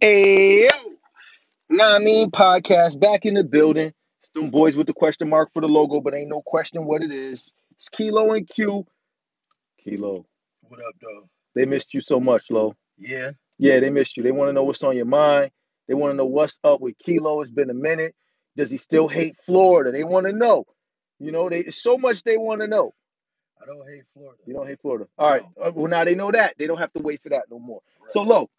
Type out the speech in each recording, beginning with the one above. Hey, know what I mean? Podcast back in the building. It's them boys with the question mark for the logo, but ain't no question what it is. It's Kilo and Q. Kilo. What up, dog? They missed you so much, Lo. Yeah. Yeah, they missed you. They want to know what's on your mind. They want to know what's up with Kilo. It's been a minute. Does he still hate Florida? They want to know. You know, they it's so much they want to know. I don't hate Florida. You don't hate Florida. All right. No. Uh, Well, now they know that. They don't have to wait for that no more. Right. So, Lo,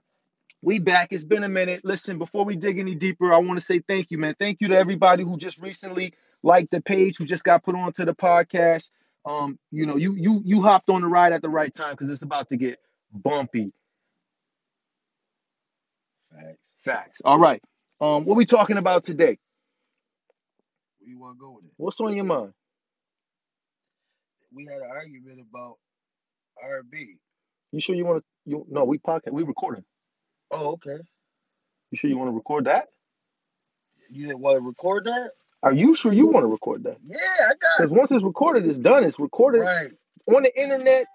we back. It's been a minute. Listen, before we dig any deeper, I want to say thank you, man. Thank you to everybody who just recently liked the page, who just got put onto the podcast. Um, you know, you you you hopped on the ride at the right time because it's about to get bumpy. Facts. Facts. All right. Um, what we talking about today? Where you want to go with it? What's on your mind? We had an argument about R&B. You sure you want to? You no, we podcast. We recording. Oh, okay. You sure you want to record that? You didn't want to record that? Are you sure you want to record that? Yeah, I got Because once it's recorded, it's done. It's recorded right. on the internet.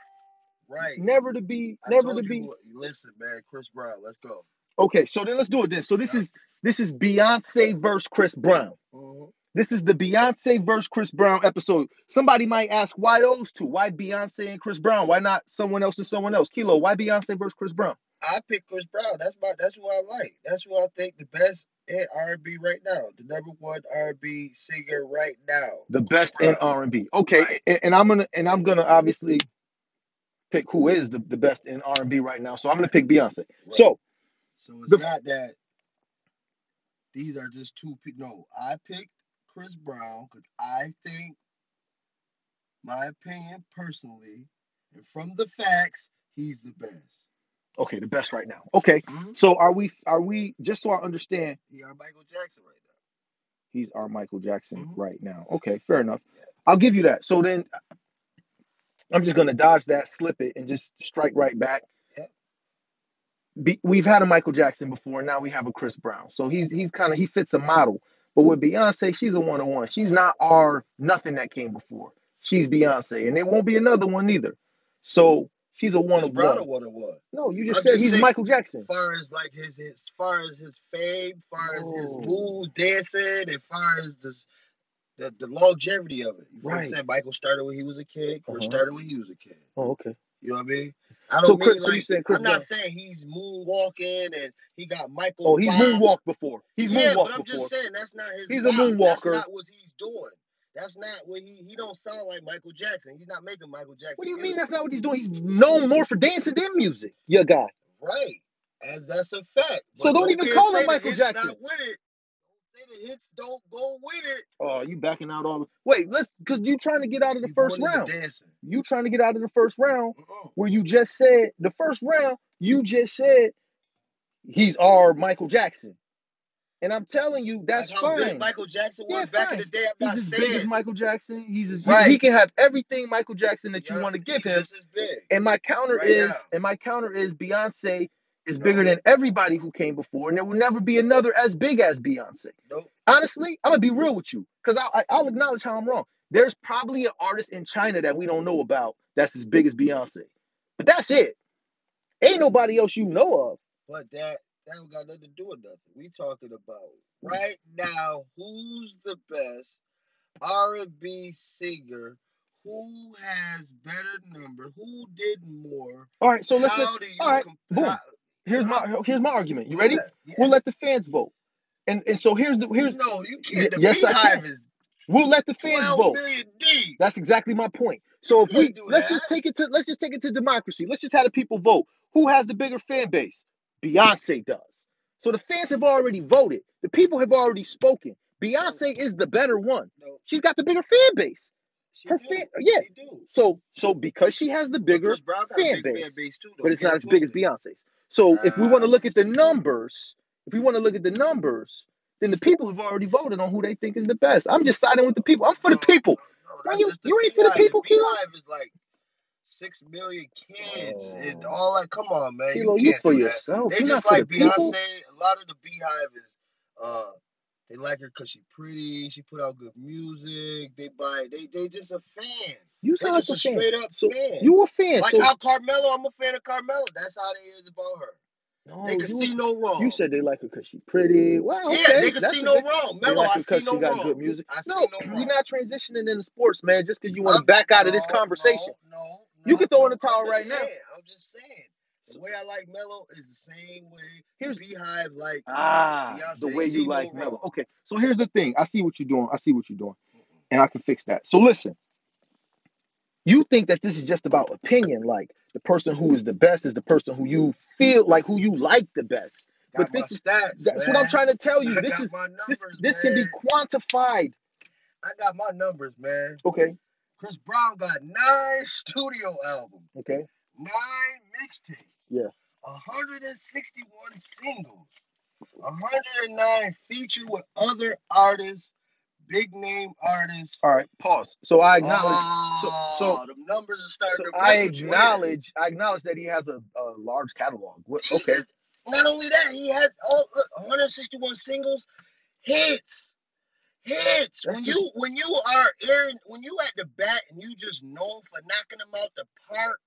Right. Never to be I never told to you be what- listen, man, Chris Brown, let's go. Okay, so then let's do it then. So this is this is Beyonce versus Chris Brown. Mhm. This is the Beyonce versus Chris Brown episode. Somebody might ask, why those two? Why Beyonce and Chris Brown? Why not someone else and someone else? Kilo, why Beyonce versus Chris Brown? I pick Chris Brown. That's my. That's who I like. That's who I think the best in R and B right now. The number one R and B singer right now. The best in R and B. Okay, Right. and, and I'm gonna and I'm gonna obviously pick who is the, the best in R and B right now. So I'm gonna pick Beyonce. Right. So, so it's the- not that these are just two people. No, I picked Chris Brown because I think my opinion personally, and from the facts, he's the best. Okay, the best right now. Okay, Mhm. so are we? Are we? Just so I understand, he our Michael Jackson right now. He's our Michael Jackson Mhm. right now. Okay, fair enough. I'll give you that. So then I'm just gonna dodge that, slip it, and just strike right back. Yeah. Be, we've had a Michael Jackson before, now we have a Chris Brown. So he's he's kind of he fits a model. But with Beyonce, she's a one on one. She's not our nothing that came before. She's Beyonce, and there won't be another one either. So she's a one of one. One of one. No, you just I'm said just he's saying, Michael Jackson. Far as like his, his far as his fame, far as his Oh. moves, dancing, and far as this the, the longevity of it. You know what I'm Right. saying? Michael started when he was a kid. Chris Uh-huh. started when he was a kid. Oh, okay. You know what I mean? I don't so mean Chris, so you like, saying Chris I'm not Brown- saying he's moonwalking and he got Michael. Oh, he's Bob. moonwalked before. He's yeah, but moonwalked I'm just before. saying that's not his. He's a vibe. That's moonwalker. not what he's doing. That's not what he. He don't sound like Michael Jackson. He's not making Michael Jackson. What do you mean? music. That's not what he's doing. He's known more for dancing than music. Your guy. Right. As that's a fact. So But don't you even can't call him say the Michael hits not Jackson. with it say the hits don't go with it. Oh, you backing out all. Wait, let's because you trying to get out of the You first going into round. dancing. You trying to get out of the first round Uh-uh. where you just said the first round. You just said he's our Michael Jackson, and I'm telling you that's Like how big fine. Michael Jackson was Yeah, back in fine. the day. I'm he's not as big saying. as Michael Jackson. He's as right. he can have everything Michael Jackson that you want to give him. Just as big. And my counter Right is now. and my counter is Beyonce. Is bigger No. than everybody who came before, and there will never be another as big as Beyonce. Nope honestly, I'm gonna be real with you, cause I, I I'll acknowledge how I'm wrong. There's probably an artist in China that we don't know about that's as big as Beyonce, but that's it. Ain't nobody else you know of. But that that don't got nothing to do with nothing. We talking about right now who's the best R&B singer who has better number, who did more. All right, so let's. How let's- do you all right, comp- boom. how- Here's my here's my argument. You ready? Yeah. We'll let the fans vote. And and so here's the here's no, you can't. The yes, I Beehive can. is We'll let the fans 12 vote. million deep. That's exactly my point. So if You we can't do let's just that. take it to let's just take it to democracy. Let's just have the people vote. Who has the bigger fan base? Beyonce does. So the fans have already voted. The people have already spoken. Beyonce is the better one. No. She's got the bigger fan base. She Her do. fan, yeah. She do. So so because she has the bigger Chris Brown got a fan, big base, fan base too, though. but it's Get not it as big as twisted. Beyonce's. So if we want to look at the numbers, if we want to look at the numbers, then the people have already voted on who they think is the best. I'm just siding with the people. I'm for the people. No, you, that's just you the ain't for the Beehive. people, The Kilo. Beehive is like six million kids and Oh. all that. Come on, man. Kilo, you, you can't for do that. yourself. They you just not for like the people. Beyonce. A lot of the Beehive is, uh, they like her because she's pretty. She put out good music. They buy. They they just a fan. You sound They like just a, a fan. straight up So, fan. You a fan? Like so- how Carmelo, I'm a fan of Carmelo. That's how they is about her. No, Oh, you- could see no You wrong. said they like her because she's pretty. Well, Yeah, okay, they could that's see a no good. wrong. They Mello, like I her see because she no got wrong. good music. I see No, no we're wrong. not transitioning into sports, man. Just because you want Uh, to back out of this no, conversation, no, no, you no, could throw in no. the I'm towel just right now. saying. I'm just saying. The way I like Mello is the same way Here's Beehive like ah the Beyonce. They way you see no like Mello. wrong. Okay, so here's the thing. I see what you're doing. I see what you're doing, and I can fix that. So listen, you think that this is just about opinion, like the person who is the best is the person who you feel like who you like the best. But Got my this is stats, that's what I'm man. trying to tell you. I This got is my this numbers, this can be man. quantified. I got my numbers, man. Okay, Chris Brown got nine studio albums, okay, nine mixtapes, yeah. 161 singles, 109 feature with other artists, big name artists. All right, pause. So I acknowledge. So so Oh, the numbers are starting so to I play with you here. acknowledge. I acknowledge that he has a, a large catalog. What? He Okay. is not only that, he has all look, 161 singles, hits. Hits That's when just you when you are airing when you at the bat and you just known for knocking them out the park.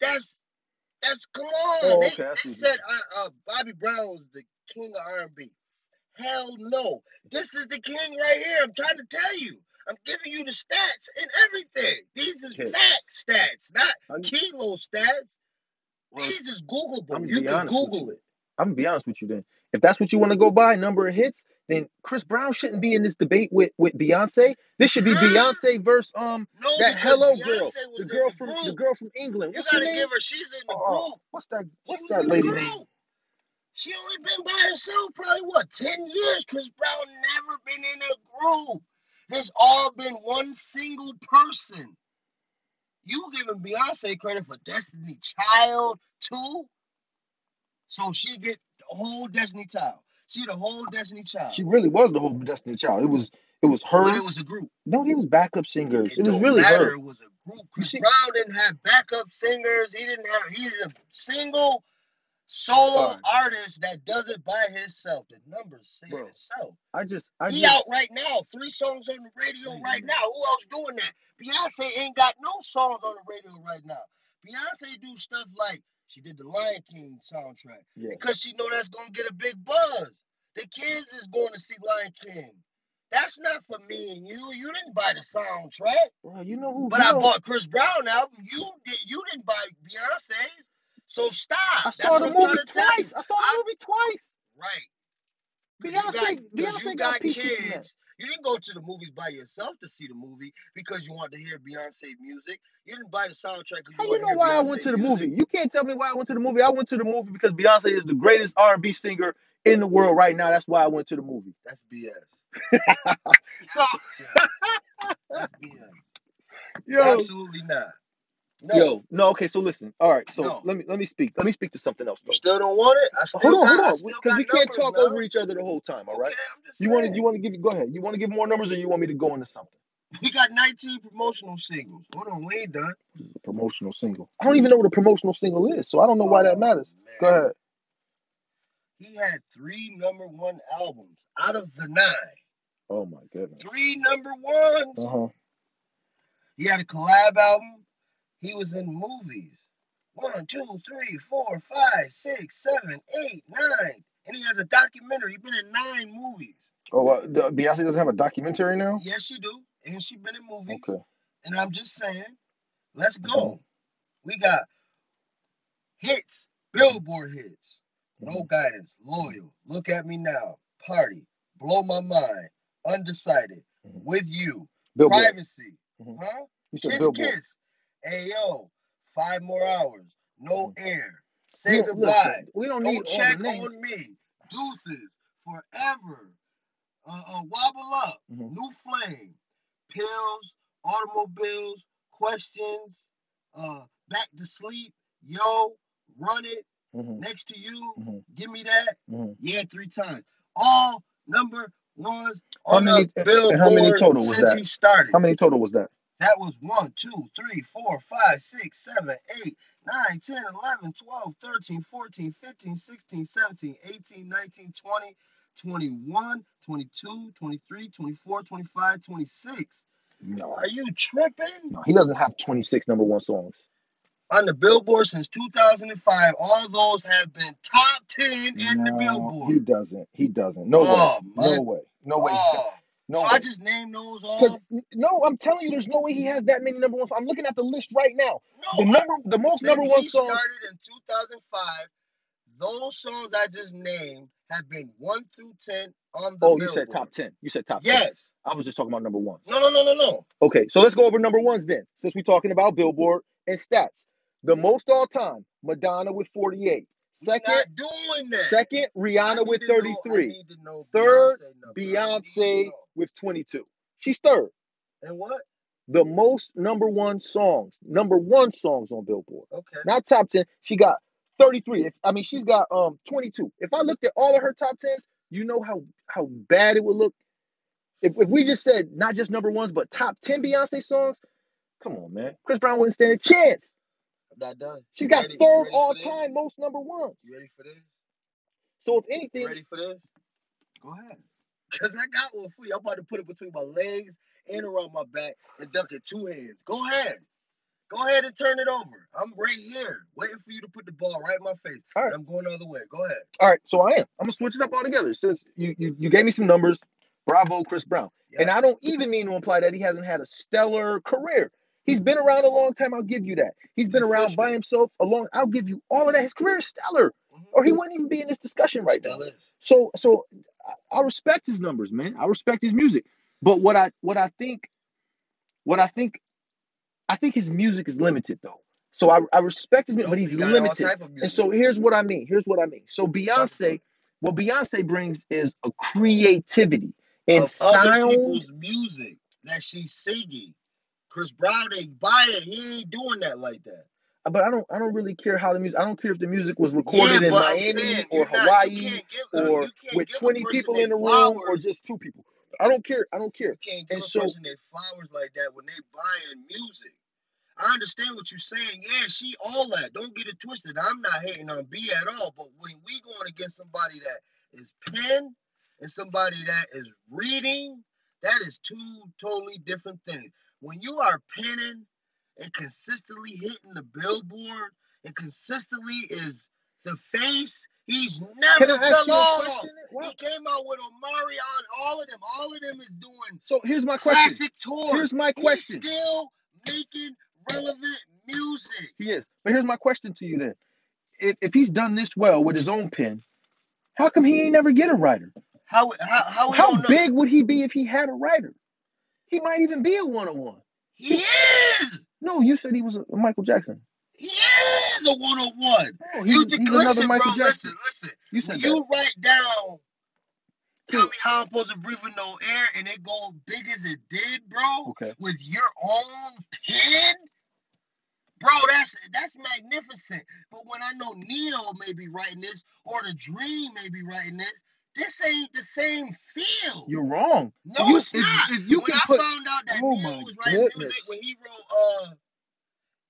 That's That's come on. Oh, okay. I They they see what you're said saying. uh, uh, Bobby Brown was the king of R&B. Hell no. This is the king right here. I'm trying to tell you. I'm giving you the stats and everything. These is Okay. fact stats, not I'm, kilo stats. well, These is I'm Googleable. gonna You be can honest with you. Google it. I'm gonna be honest with you. Then, if that's what you want to go by, number of hits, then Chris Brown shouldn't be in this debate with with Beyonce. This should be Huh? Beyonce versus um No, that because Hello girl, Beyonce the was in girl the from the group. girl from England. You What's her gotta give name? her. She's in the Oh, group. what's that? She What's was that in the lady name? group. She only been by herself probably what ten years. Chris Brown never been in a group. It's all been one single person. You giving Beyonce credit for Destiny Child too? So she get the whole Destiny Child. She the whole Destiny Child. She really was the whole Destiny Child. It was it was But her. it was a group. No, they was backup singers. It It was don't really matter. her. It was a group. You Chris see? Brown didn't have backup singers. He didn't have. He's a single All solo right, artist that does it by himself. The numbers say it bro. itself. I just I He just out right now. Three songs on the radio wait a right now. minute. Who else doing that? Beyonce ain't got no songs on the radio right now. Beyonce do stuff like she did the Lion King soundtrack Yeah. because she know that's gonna get a big buzz. The kids is going to see Lion King. That's not for me and you. You didn't buy the soundtrack, Bro, you know who? but You I know bought Chris Brown album. You did. You didn't buy Beyonce's. So stop. I That's saw what the I'm trying movie to tell twice. you. I saw the I'm movie twice. right. Cause you got, Beyonce, cause you Beyonce got got pieces from that. kids. You didn't go to the movies by yourself to see the movie because you want to hear Beyonce music. You didn't buy the soundtrack because How you you want to know hear why I went Beyonce to the music. movie? You can't tell me why I went to the movie. I went to the movie because Beyonce is the greatest R&B singer in the world right now. That's why I went to the movie. That's BS. So, Yeah, that's BS. yo, Absolutely not. No, yo, no, okay. So listen. All right. So no. let me let me speak. Let me speak to something else You though. still don't want it? I Hold still on, got, hold I on, still because got we can't numbers, talk Mel. over each other the whole time. All right. Okay, I'm just You want to you saying. want to give go ahead. You want to give more numbers, or you want me to go into something? We got 19 promotional singles. Hold on, we ain't done. A promotional single. I don't even know what a promotional single is, so I don't know why that Oh matters. Go man, ahead. he had three number one albums out of the nine. Oh my goodness. Three number ones. Uh huh. He had a collab album. He was in movies. One, two, three, four, five, six, seven, eight, nine. And he has a documentary. He's been in nine movies. Oh, uh, the- Beyonce doesn't have a documentary now. Yes, she do. And she been in movies. Okay. And I'm just saying, let's Okay. go. We got hits, billboard hits. No Mm-hmm. guidance, loyal. Look at me now. Party. Blow my mind. Undecided. hmm With you. Billboard. Privacy. hmm Huh? You said Kiss Billboard. kiss. Ayo. Five more hours. No hmm air. We Say don't goodbye. listen. We don't need all Don't the check names. on me. Deuces. Forever. Uh, uh, wobble up. hmm New flame. Pills. Automobiles. Questions. Uh, back to sleep. Yo. Run it hmm next to you, hmm give me that. hmm Yeah, three times. All number ones How on the many? And and how many billboard total was since that? he started. How many total was that? That was 1, 2, 3, 4, 5, 6, 7, 8, 9, 10, 11, 12, 13, 14, 15, 16, 17, 18, 19, 20, 21, 22, 23, 24, 25, 26. No. Are you tripping? No, he doesn't have 26 number one songs. on the Billboard since 2005. All those have been top 10 in the No, Billboard. he doesn't. He doesn't. No Oh, way. my- No way. No way. Oh, No so I way. just named those Because all. no, I'm telling you, there's no way he has that many number one songs. I'm looking at the list right now. The No, I- number, the most since number one he song. started in 2005, those songs I just named have been 1 through 10 on the Oh, Billboard. you said top ten. You said top ten. Yes. I was just talking about number ones. No, no, no, no, no. Okay, so let's go over number ones then, since we're talking about Billboard and stats. The most all time, Madonna with 48. You're Second, not doing that. second, I Rihanna need with to know- I 33. need to know Third, Beyonce number. I need to Beyonce know. with 22. She's third. And what? The most number one songs, number one songs on Billboard. Okay. Not top 10. She got 33. If, I mean, she's got um 22. If I looked at all of her top 10s, you know how how bad it would look. If, if we just said not just number ones, but top 10 Beyonce songs, come on, man. Chris Brown wouldn't stand a chance. I'm not done. She's You got ready- you third ready for all this? time most number ones. You ready for this? So if You anything, ready for this? Go ahead. Cause I got one for you. I'm about to put it between my legs and around my back and dunk it two hands. Go ahead. Go ahead and turn it over. I'm right here, waiting for you to put the ball right in my face. All right. And I'm going the other way. Go ahead. all right, so I am. I'm gonna switch it up altogether since you you, you gave me some numbers. Bravo, Chris Brown. Yeah. And I don't even mean to imply that he hasn't had a stellar career. He's been around a long time. I'll give you that. He's been around by Consistent. himself a long. I'll give you all of that. His career is stellar, Mhm. or Oh, he wouldn't even be in this discussion right now. Still is. So so I, I respect his numbers, man. I respect his music. But what I what I think what I think I think his music is limited though. So I, I respect his music, Nope, but he's he got all limited. type of And music. so here's what I mean. Here's what I mean. So Beyonce, what Beyonce brings is a creativity and Of other sound. people's music that she's singing. Chris Brown ain't buy it. He ain't doing that like that. But I don't I don't really care how the music. I don't care if the music was Yeah, recorded in but I'm Miami saying or you're not. You Hawaii can't give. Uh, or you can't with give a 20 person people their in the room or flowers. just two people. I don't care. I don't care. You can't give And a so person their flowers like that when they buying music. I understand what you're saying. Yeah, she all that. Don't get it twisted. I'm not hating on B at all. But when we going against somebody that is pen and somebody that is reading, that is two totally different things. When you are penning and consistently hitting the billboard and consistently is the face, he's can never I ask fell you a off. question? Well, He came out with Omari on all of them. All of them is doing so here's my question. classic tours. Here's my He's question. still making relevant music. He is. But here's my question to you then. if, if he's done this well with his own pen, how come he ain't never get a writer? How how how we Oh, How don't know? big would he be if he had a writer? He might even be a one on one. He is. No, you said he was a, a Michael Jackson. He is a one on one. No, he's, You a- think? he's another Listen, Michael bro. Listen, Jackson. listen. You When said that. you write down, tell Two. me how I'm supposed to breathe with no air, and it go big as it did, bro, Okay. with your own pen. Bro, that's that's magnificent. But when I know Neo may be writing this, or the Dream may be writing this, this ain't the same feel. You're wrong. No, You- it's if- not. if you when can I put- found out that Oh Neo my was writing music goodness. when he wrote uh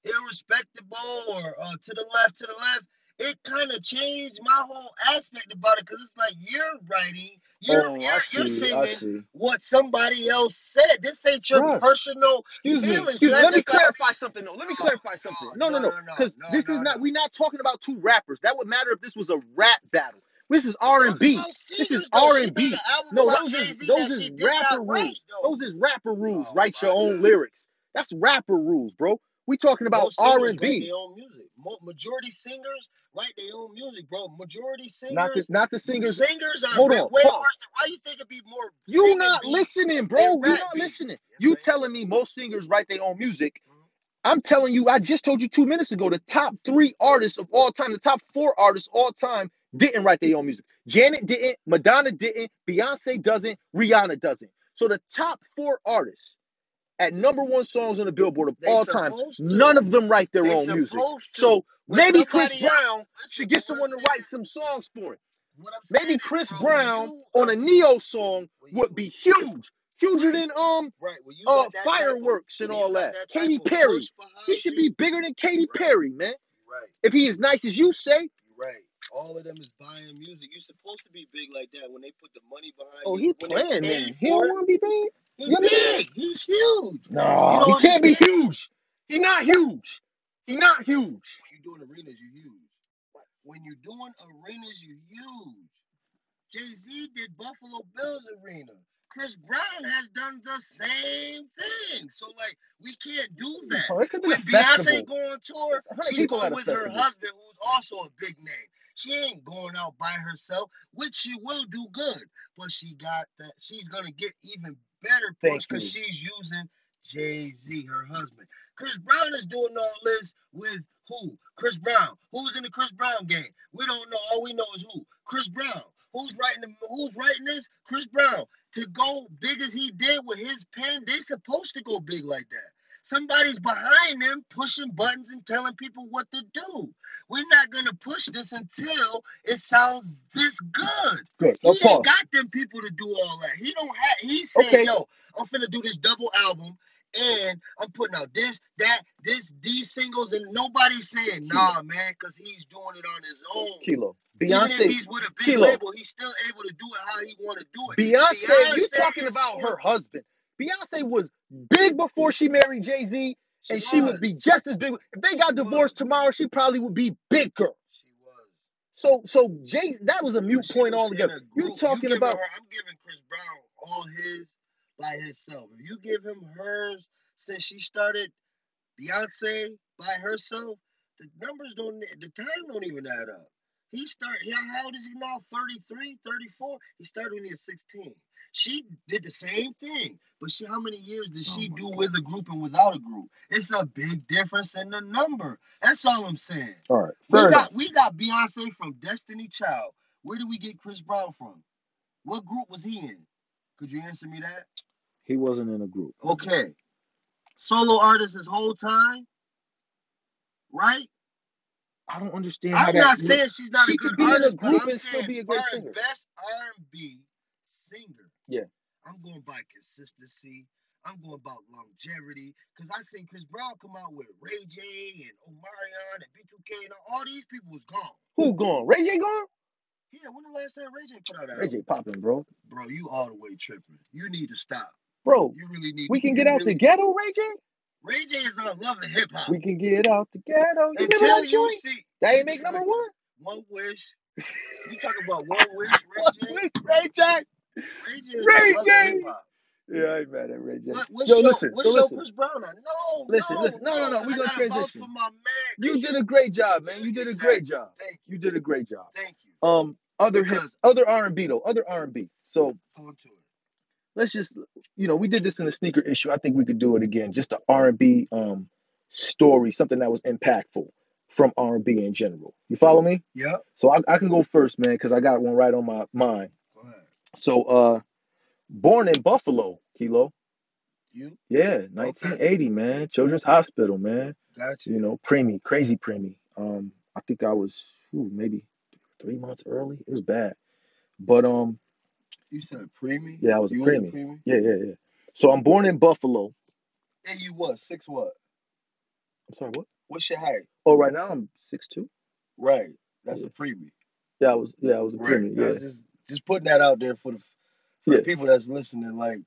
Irrespectable or uh To the Left, To the Left, it kind of changed my whole aspect about it because it's like you're writing, you're Oh, I you're you're see. I singing see. what somebody else said. This ain't your Bruh. personal Excuse me. feelings. Excuse, so let that's me just not clarify something though. Let me No, clarify something. No, no, no, no, no. no, no, Because no, this is no, not. no. We're not talking about two rappers. That would matter if this was a rap battle. This is R and talking B. about This singers is though. R She and made B. an album No, about those Jay is Z those that is she did rapper not write rules. though. Those is rapper rules. Oh Write your my own god. lyrics. That's rapper rules, bro. We talking about Most R singers and write B. their own music. Mo- majority singers write their own music, bro. Majority Not the singers, not the singers. singers are Hold way, on, way pause. worse. Than, why you think it'd be more You singing not beat listening, than bro. You rap not beat? listening. Yes, You I am. telling me most singers write their own music. Mhm. I'm telling you, I just told you two minutes ago, the top three artists of all time, the top four artists all time didn't write their own music. Janet didn't, Madonna didn't, Beyonce doesn't, Rihanna doesn't. So the top four artists at number one songs on the Billboard of They all time, supposed none to. of them write their They own music. supposed to. So When maybe Chris somebody else, Brown listen should to get what I'm someone to saying. write some songs for him. What I'm Maybe saying is, Chris bro, when Brown you on up, a Neo song when you, would be huge, huger right, than um right, when you uh got that type of, fireworks and when you all got that. that type Katy of Perry, push he behind should you, be bigger than Katy right, Perry, man. right. If he is nice as you say, You're right. All of them is buying music. You're supposed to be big like that when they put the money behind oh, you. he When they playing paid then. He for don't it, want to be big. he's You understand? big. He's huge. You No, he don't can't be understand. huge. He not huge. He not huge. When you're doing arenas, you're huge. When you're doing arenas, you're huge. Jay Z did Buffalo Bills Arena. Chris Brown has done the same thing. So like we can't do that. Oh, it could be When a festival. Beyonce go on tour, It's a hundred she's people going at a with her festival. husband, who's also a big name. She ain't going out by herself, which she will do good. But she got that. She's gonna get even better Thank push because you. she's using Jay Z, her husband. Chris Brown is doing all this with who? Chris Brown. Who's in the Chris Brown game? We don't know. All we know is who? Chris Brown. Who's writing the, Who's writing this? Chris Brown. To go big as he did with his pen, they supposed to go big like that. Somebody's behind them pushing buttons and telling people what to do. We're not gonna push this until it sounds this good. Good. He Let's pause. ain't got them people to do all that. He don't have. He said, Okay. "Yo, I'm finna do this double album, and I'm putting out this, that, this, these singles, and nobody's saying nah, man, because he's doing it on his own. Kilo. oh, Even if Beyonce. he's with a big Kilo. label, he's still able to do it how he want to do it. Beyonce, you Beyonce talking is about her what husband. Beyonce was big before she married Jay Z, She and she would was. be just as big. If they got She divorced was. tomorrow, she probably would be bigger. She was. So, so Jay, that was a But mute she point was in altogether. a You group. You talking giving about her, I'm giving Chris Brown all his by himself. If you give him hers since she started Beyonce by herself, the numbers don't, the time don't even add up. He started, how old is he now? 33, 34? He started when he was 16. She did the same thing, but she, how many years did Oh she my do God. with a group and without a group? It's a big difference in the number. That's all I'm saying. All right, We fair enough. got we got Beyonce from Destiny Child. Where did we get Chris Brown from? What group was he in? Could you answer me that? He wasn't in a group. Okay. Solo artist his whole time, right? I don't understand how I'm that. not saying she's not a She good could be in a artist, but group I'm and still saying be a far great as singer. best R&B singer, Yeah. I'm going by consistency. I'm going about longevity because I seen Chris Brown come out with Ray J and Omarion and B2K and all these people was gone. Who gone? Ray J gone? Yeah, when the last time Ray J put out an Ray album? J popping, bro. bro, you all the way tripping. You need to stop. Bro, You really need we to. can get You out the really. ghetto, Ray J. Ray J is on love and hip hop. We can get out the ghetto. You remember Until that you joint? see That you ain't make number tripping. one. One wish. You talking about one wish, Ray J? Ray J. Ray J is on Ray love and J. hip hop. Yeah, I ain't mad at Ray J. What, Yo, what's your listen. So what's your listen, Chris Brown? at? No, listen, no, listen. No, no, no, no. because We're I gonna gotta vouch for transition. my man. Cause You you, did a great job, man. You did a great exactly. job. Thank you, You did a great job. thank you. Um, other hip, Because other R and B though. Other R and B. So going to it. let's just, you know, we did this in the sneaker issue. I think we could do it again. Just a R and B um story, something that was impactful from R and B in general. You follow me? Yep. So I, I can go first, man, because I got one right on my mind. Go ahead. So uh, born in Buffalo, Kilo. You Yeah, okay? 1980, man. Children's Hospital, man. Got you. you know, preemie, crazy preemie. Um, I think I was ooh, maybe three months early. It was bad, but um, You said preemie. yeah, I was a You was a preemie. preemie. Yeah, yeah, yeah. So I'm born in Buffalo. And you what? Six what? I'm sorry, what? What's your height? Oh, right now I'm six two. Right. That's Yeah, a freebie. yeah, I was, yeah, I was a Right. preemie. I Yeah, was just just putting that out there for the for the yeah, people that's listening. Like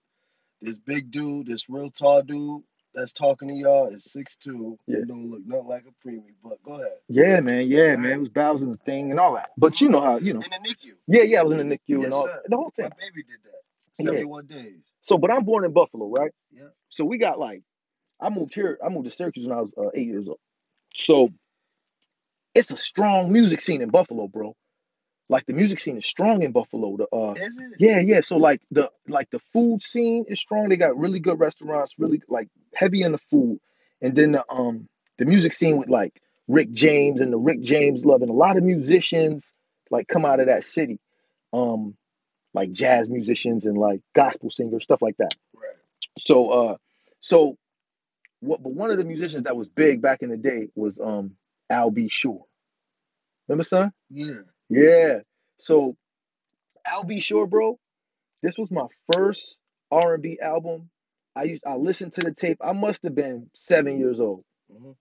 this big dude, this real tall dude that's talking to y'all is six two yeah, and don't look nothing like a preemie. But go ahead. yeah, man, yeah, man. It Right. was bowels and the thing and all that. But you Mm-hmm. know how, you know, In the NICU. yeah, yeah, I was in the NICU and Yes, all sir. the whole My thing. baby did that. Yeah. Seventy one days. So, but I'm born in Buffalo, right? Yeah. So we got like, I moved here. I moved to Syracuse when I was uh, eight years old. So it's a strong music scene in Buffalo, bro. like the music scene is strong in Buffalo. The uh Is it? yeah, yeah. So like the like the food scene is strong. They got really good restaurants, really like heavy in the food. And then the um the music scene with like Rick James and the Rick James love and a lot of musicians like come out of that city. Um like jazz musicians and like gospel singers, stuff like that. Right. So uh so what but one of the musicians that was big back in the day was um Al B. Sure. Remember son? Yeah. Yeah. So Al B. Sure, bro, this was my first R&B album. I used I listened to the tape. I must have been 7 years old. hmm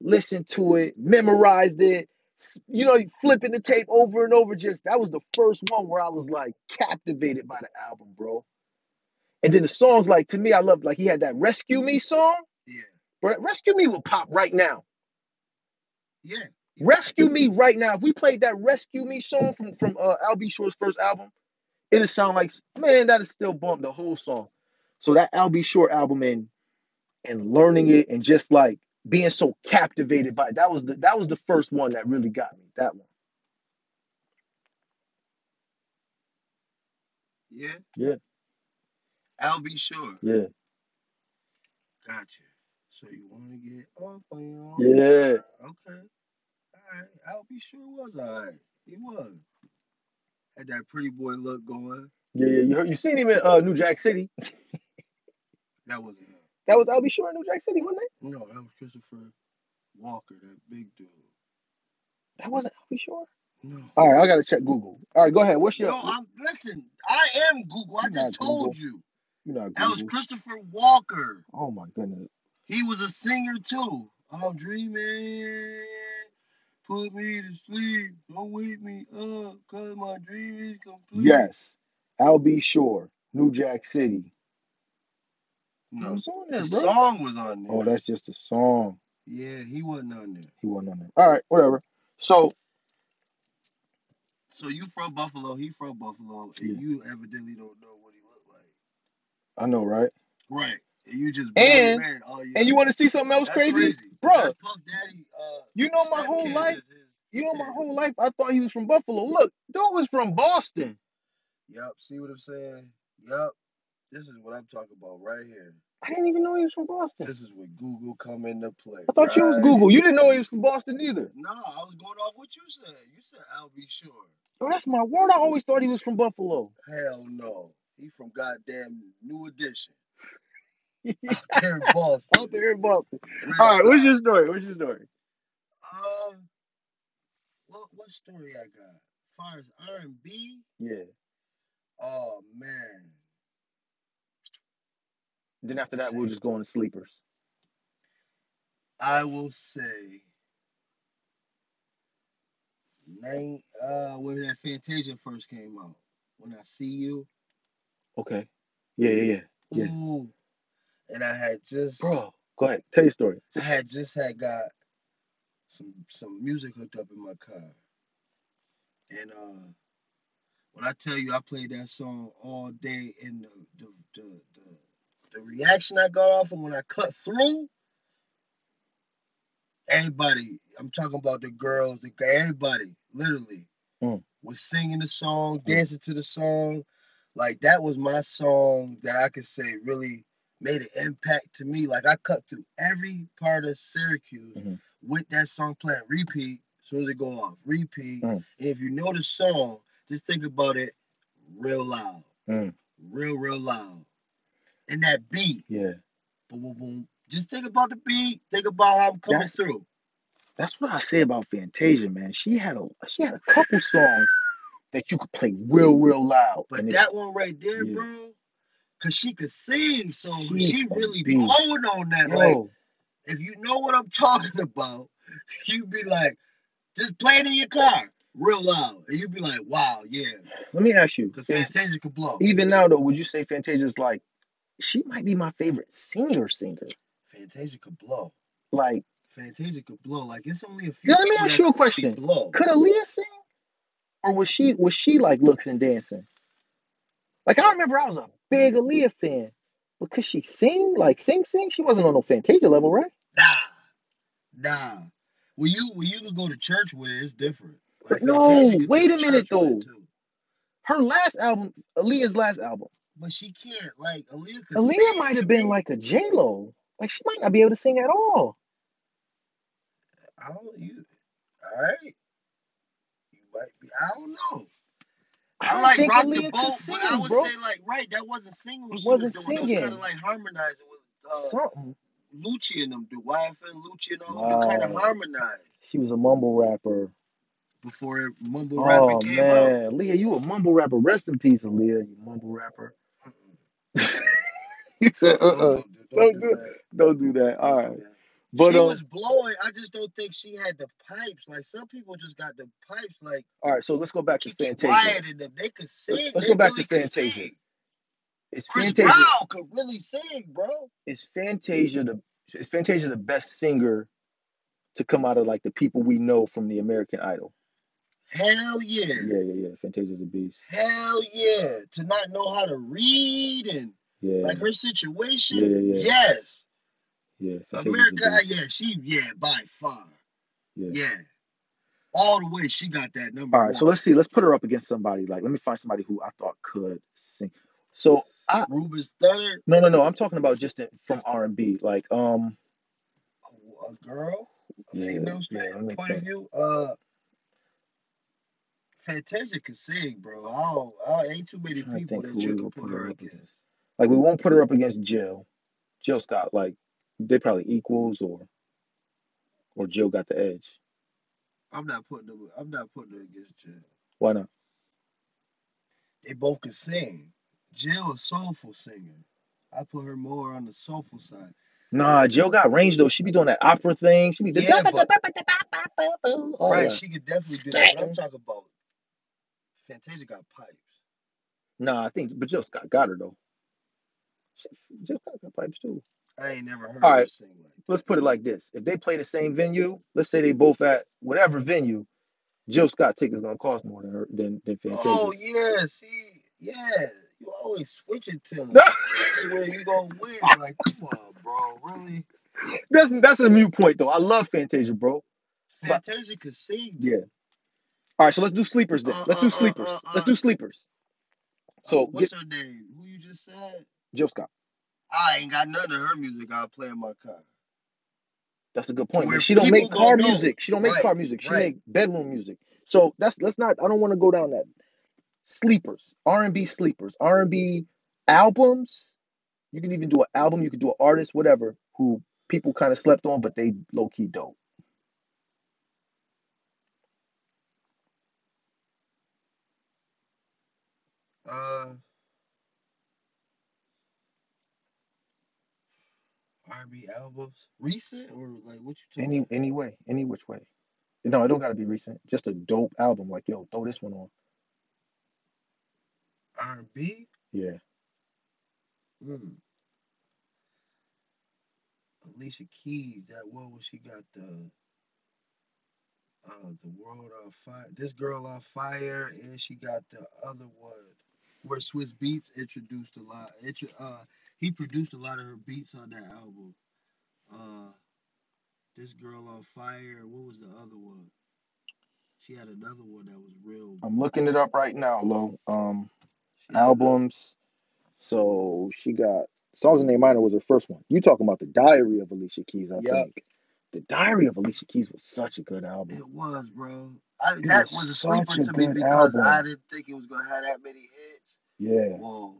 Listened to it, memorized it, s- you know, flipping the tape over and over just that was the first one where I was like captivated by the album, bro. And then the songs like to me I loved like he had that Rescue Me song. Yeah. But Rescue Me will pop right now. Yeah. Rescue Me right now. If we played that Rescue Me song from from uh, Al B. Short's first album, it'd sound like man, that is still bump the whole song. So that Al B. Short album and and learning it and just like being so captivated by it, that was the that was the first one that really got me. That one. Yeah. Yeah, I'll be sure. yeah, Gotcha. So you want to get off on your own? yeah. Okay. All right. I'll be sure was all right. He was. Had that pretty boy look going. Yeah, yeah, you heard, you seen him in uh, New Jack City. That wasn't him. That was I'll be sure in New Jack City, wasn't it? No, that was Christopher Walker, that big dude. That wasn't I'll be sure. No. All right, I gotta check Google. All right, go ahead. What's your? No, I'm listen. I am Google. I You're just not Google. told you. you know That was Google. Christopher Walker. Oh my goodness. He was a singer too. I'm dreaming. Put me to sleep. Don't wake me up. Cause my dream is complete. Yes, I'll be sure. New Jack City. It No. was on there, His bro. song was on there. Oh, that's just a song. Yeah, he wasn't on there. He wasn't on there. All right, whatever. So So you from Buffalo, he from Buffalo, and Yeah. you evidently don't know what he looked like. I know, right? Right. And you just And- man all year. And you want to see something else That's crazy? bro? That's Puff Daddy, uh, You know my whole stepkid life. is his- You know my whole life. I thought he was from Buffalo. Look, dude was from Boston. Yup, see what I'm saying? Yup. This is what I'm talking about right here. I didn't even know he was from Boston. This is where Google come into play. I thought you was right? Google. You didn't know he was from Boston either. No, I was going off what you said. You said I'll be sure. Oh, that's my word. I always thought he was from Buffalo. Hell no. He from goddamn New Edition. Out there in Boston. Out there in Boston. Red All right, Sox. what's your story? What's your story? Um, what what story I got? far as R and B, Yeah. oh man, Then after that, we'll just go on to sleepers. I will say. Nine, uh, when that Fantasia first came out, when I see you, Okay. Yeah, yeah, yeah. Yeah. ooh, and I had just, Bro, go ahead. Tell your story. I had just had got some some music hooked up in my car, and uh, when I tell you I played that song all day, and the the the, the the reaction I got off, and when I cut through, everybody, I'm talking about the girls, the guy, everybody, literally, Mm. was singing the song, Mm. dancing to the song. Like that was my song that I could say really made an impact to me. Like I cut through every part of Syracuse Mhm. with that song playing repeat. As soon as it go off, repeat. Mm. And if you know the song, just think about it real loud, Mm. real, real loud. And that beat, Yeah. boom, boom, boom. Just think about the beat. Think about how I'm coming That's- through. That's what I say about Fantasia, man. She had a she had a couple songs that you could play real, real loud. But and it- that one right there, Yeah. bro, cause she could sing, so She she can really be. blowing on that. Like, Yo, if you know what I'm talking about, you'd be like, just play it in your car, real loud, and you'd be like, wow, yeah, let me ask you. cause is- Fantasia could blow. even now though, would you say Fantasia's like she might be my favorite singer singer? Fantasia could blow. Like, Fantasia could blow. Like it's only a few. yeah, let me people ask that you a could question. blow. Could Aaliyah sing? Or was she was she like looks and dancing? Like I remember I was a big Aaliyah fan. But could she sing? Like sing sing? She wasn't on no Fantasia level, right? Nah, nah. When you when you could go to church with it, it's different. Like No, Fantasia could wait go a to minute, church with it, though. too. Her last album, Aaliyah's last album. But she can't. Like Aaliyah could sing. Aaliyah might have been like a J Lo. Like she might not be able to sing at all. I don't you all right. You might be I don't know. I I, don't like think rock Aaliyah the could boat, but I sing, would bro. say like right, that wasn't singing It what she wasn't was doing. That was kind singing. of like harmonizing with uh Something. Lucci and them, do YFN Lucci and all them kind of Wow. harmonized She was a mumble rapper. before mumble rapping Oh came out. man, Leah, you a mumble rapper. Rest in peace, Aaliyah, you mumble rapper. He said, Don't uh-uh. do- Don't don't do do- that. Don't do that. All Don't right. do that. But she um, was blowing. I just don't think she had the pipes. Like some people just got the pipes. Like all right, so let's go back to keep it Fantasia. quiet in them. They could sing. let's they go back to really could Fantasia. sing. Is Chris Fantasia Brown could really sing, bro. is Fantasia the is Fantasia the best singer to come out of like the people we know from the American Idol. Hell yeah. Yeah, yeah, yeah. Fantasia's a beast. Hell yeah. To not know how to read and Yeah, like her situation. Yeah, yeah, yeah. Yes. yeah. Fantasia's a America, beast. yeah, she, yeah, by far. Yeah. Yeah. All the way she got that number. All right, so one. let's see. Let's put her up against somebody. Like, let me find somebody who I thought could sing. So I Ruben's Thunder, no no no. I'm talking about just in- from R and B. Like um a, a girl, a Yeah, female yeah, straight let me point of think. view. Uh, Fantasia can sing, bro. I don't, I ain't too I'm many trying to think people that who we you can would put put her her up against. against. Like we won't put her up against Jill. Jill Scott. Like they probably equals or or Jill got the edge. I'm not putting them. I'm not putting her against Jill. Why not? They both can sing. Jill a soulful singer. I put her more on the soulful side. Nah, Jill got range though. She be doing that opera thing. She be Yeah, but all right, that. she could definitely do that. But I'm Scatting. talking about Fantasia got pipes. Nah, I think but Jill Scott got her though. She- Jill Scott got pipes too. I ain't never heard All her right. sing like let's put it like this: if they play the same venue, let's say they both at whatever venue, Jill Scott tickets gonna cost more than her, than than that. Oh Fantasia's. yeah, see, yeah, you always switch it to me. that's Where you gonna win? Like, come on, bro, really? that's a mute point though. I love Fantasia, bro. But Fantasia could sing yeah, though. all right. So let's do sleepers. Then Uh, let's uh, do uh, uh, sleepers. Let's uh, do sleepers. uh. So What's get her name? Who you just said? Jill Scott. I ain't got none of her music. I play in my car. That's a good To point. But where she don't people make car gonna know. music. She don't make Right, car music. She right. make bedroom music. So that's let's not. I don't want to go down that sleepers. R and B sleepers. R and B albums. You can even do an album, you can do an artist, whatever, who people kind of slept on, but they low key dope. Uh, R&B albums, recent or like what you talking Any about? any way, any which way. No, it don't gotta be recent. Just a dope album. Like, yo, throw this one on. R&B? Yeah. Mm. Alicia Keys. That one where she got the uh the world on fire. This girl on fire, and she got the other one where Swiss Beats introduced a lot. Intro, uh, he produced a lot of her beats on that album. Uh, this girl on fire. What was the other one? She had another one that was real. I'm looking it up right now, Lo. Um She had another. albums. So she got Songs in A Minor was her first one. You talking about the diary of Alicia Keys, I Yep. think. The Diary of Alicia Keys was such a good album. It was, bro. I, It that was was a sleeper such a to me good because I album. didn't think it was gonna have that many hits. Yeah. Whoa,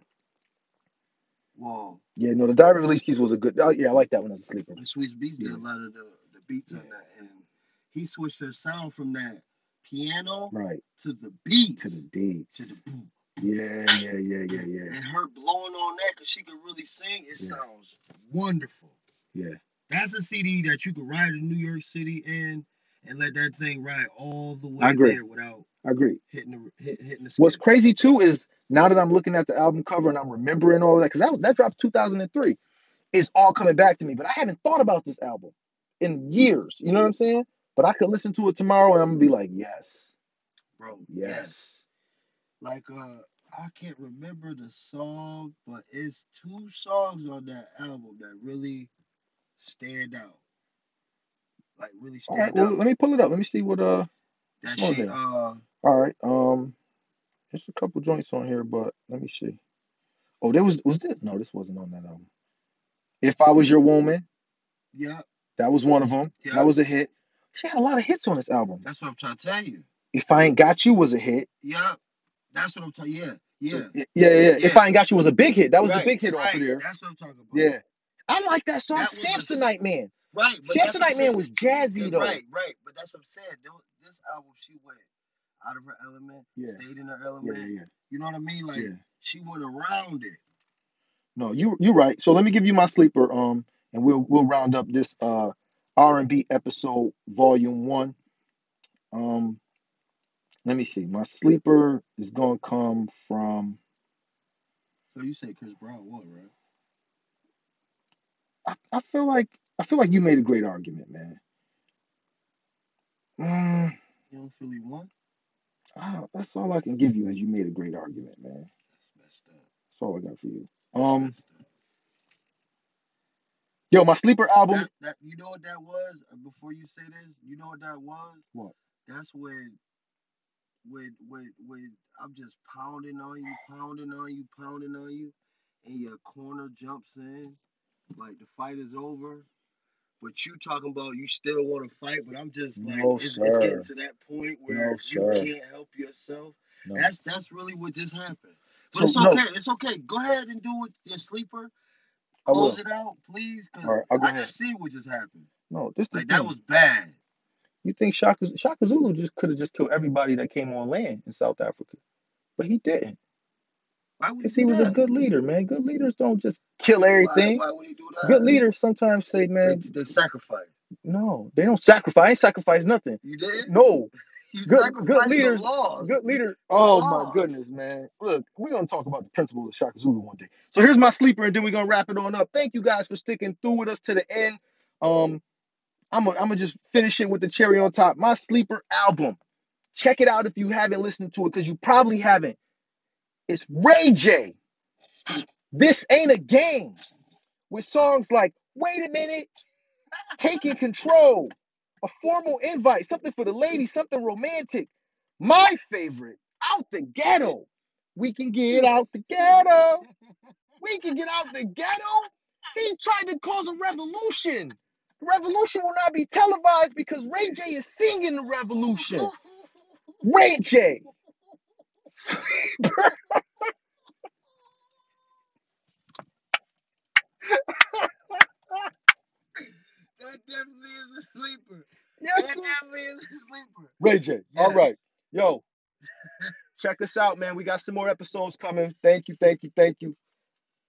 whoa. Yeah, no, the Diary of Alicia Keys was a good oh, yeah, I like that one as a sleeper. And Swiss Beats did Yeah, a lot of the, the beats yeah. on that, and he switched their sound from that piano Right. to the to the beats, to the dates. boom, boom, Yeah, yeah, yeah, yeah, boom, yeah, and her blowing on that because she could really sing. It yeah, sounds wonderful. yeah. That's a CD that you could ride in New York City in, and let that thing ride all the I way agree. there without I agree. hitting the hit, hitting the What's skip. crazy too is now that I'm looking at the album cover and I'm remembering all that, because that, that dropped 2003, it's all coming back to me. But I haven't thought about this album in years. You know what I'm saying? But I could listen to it tomorrow and I'm gonna be like, yes, Bro, yes. yes. like uh I can't remember the song, but it's two songs on that album that really stand out. Like really All right, stand well out. let me pull it up. Let me see what uh That what's on she there. uh All right, um, there's a couple joints on here, but let me see. Oh, there was was this? No, this wasn't on that album. If I was your woman. yep, That was one of them. That yep. was a hit. She had a lot of hits on this album. That's what I'm trying to tell you. If I Ain't Got You was a hit. Yep. That's what I'm telling yeah, Y- yeah, Yeah, yeah. If yeah. I Ain't Got You was a big hit. That was the Right, big hit off of right. there. That's what I'm talking about. Yeah. I like that song, That was a s- Samsonite Man. right, but that's what Samsonite I'm Man saying. was Yeah, jazzy though. right, right. But that's what I'm saying. Tho- This album she went out of her element, Yeah, stayed in her yeah, element. yeah, You know what I yeah. mean? Like Yeah. she went around it. No, you you're right. So let me give you my sleeper, um, and we'll we'll round up this uh R and B episode volume one. Um, let me see. My sleeper is gonna come from So you say Chris Brown won, right? I, I feel like I feel like you made a great argument, man. Mm, You don't feel he won? I don't- that's all I can give you is you made a great argument, man. That's messed up. That's all I got for you. That's Um, messed up. yo, my sleeper album. That, that you know what that was? Uh, Before you say this, you know what that was? What? That's when when when when I'm just pounding on you, pounding on you, pounding on you, and your corner jumps in, like the fight is over. But you talking about you still want to fight, but I'm just like No, it's, it's getting sir. to that point where No, you sir. can't help yourself. No. That's that's really what just happened. But So it's no, okay, it's okay. Go ahead and do it, your sleeper. I Close will. it out, please, cause All right, I'll go I ahead. Mm-hmm. just see what just happened. No, this the Like that thing. was bad. You think Shaka Shaka Zulu just could have just killed everybody that came on land in South Africa, but he didn't, Why would he cause he do was a that? good leader, man. Good leaders don't just kill Why everything. why would he do Good that? leaders sometimes say, They man, they sacrifice. no, they don't sacrifice. I ain't sacrifice nothing. You did? No, You good good sacrificed the leaders, laws. good leader. The Oh my laws. goodness, man. Look, we're gonna talk about the principles of Shaka Zulu one day. So here's my sleeper, and then we're gonna wrap it on up. Thank you guys for sticking through with us to the end. Um, I'm gonna I'm gonna just finish it with the cherry on top. My sleeper album. Check it out if you haven't listened to it, because you probably haven't. It's Ray J. This ain't a game with songs like Wait a Minute, Taking Control, a formal invite, something for the lady, something romantic. My favorite, Out the Ghetto. We can get out the ghetto. We can get out the ghetto. He tried to cause a revolution. The revolution will not be televised because Ray J is singing the revolution. Ray J. Sleeper. That definitely is a sleeper. yes, That sir. definitely is a sleeper. Ray J. All Yes. right. Yo, check us out, man. We got some more episodes coming. Thank you, thank you, thank you.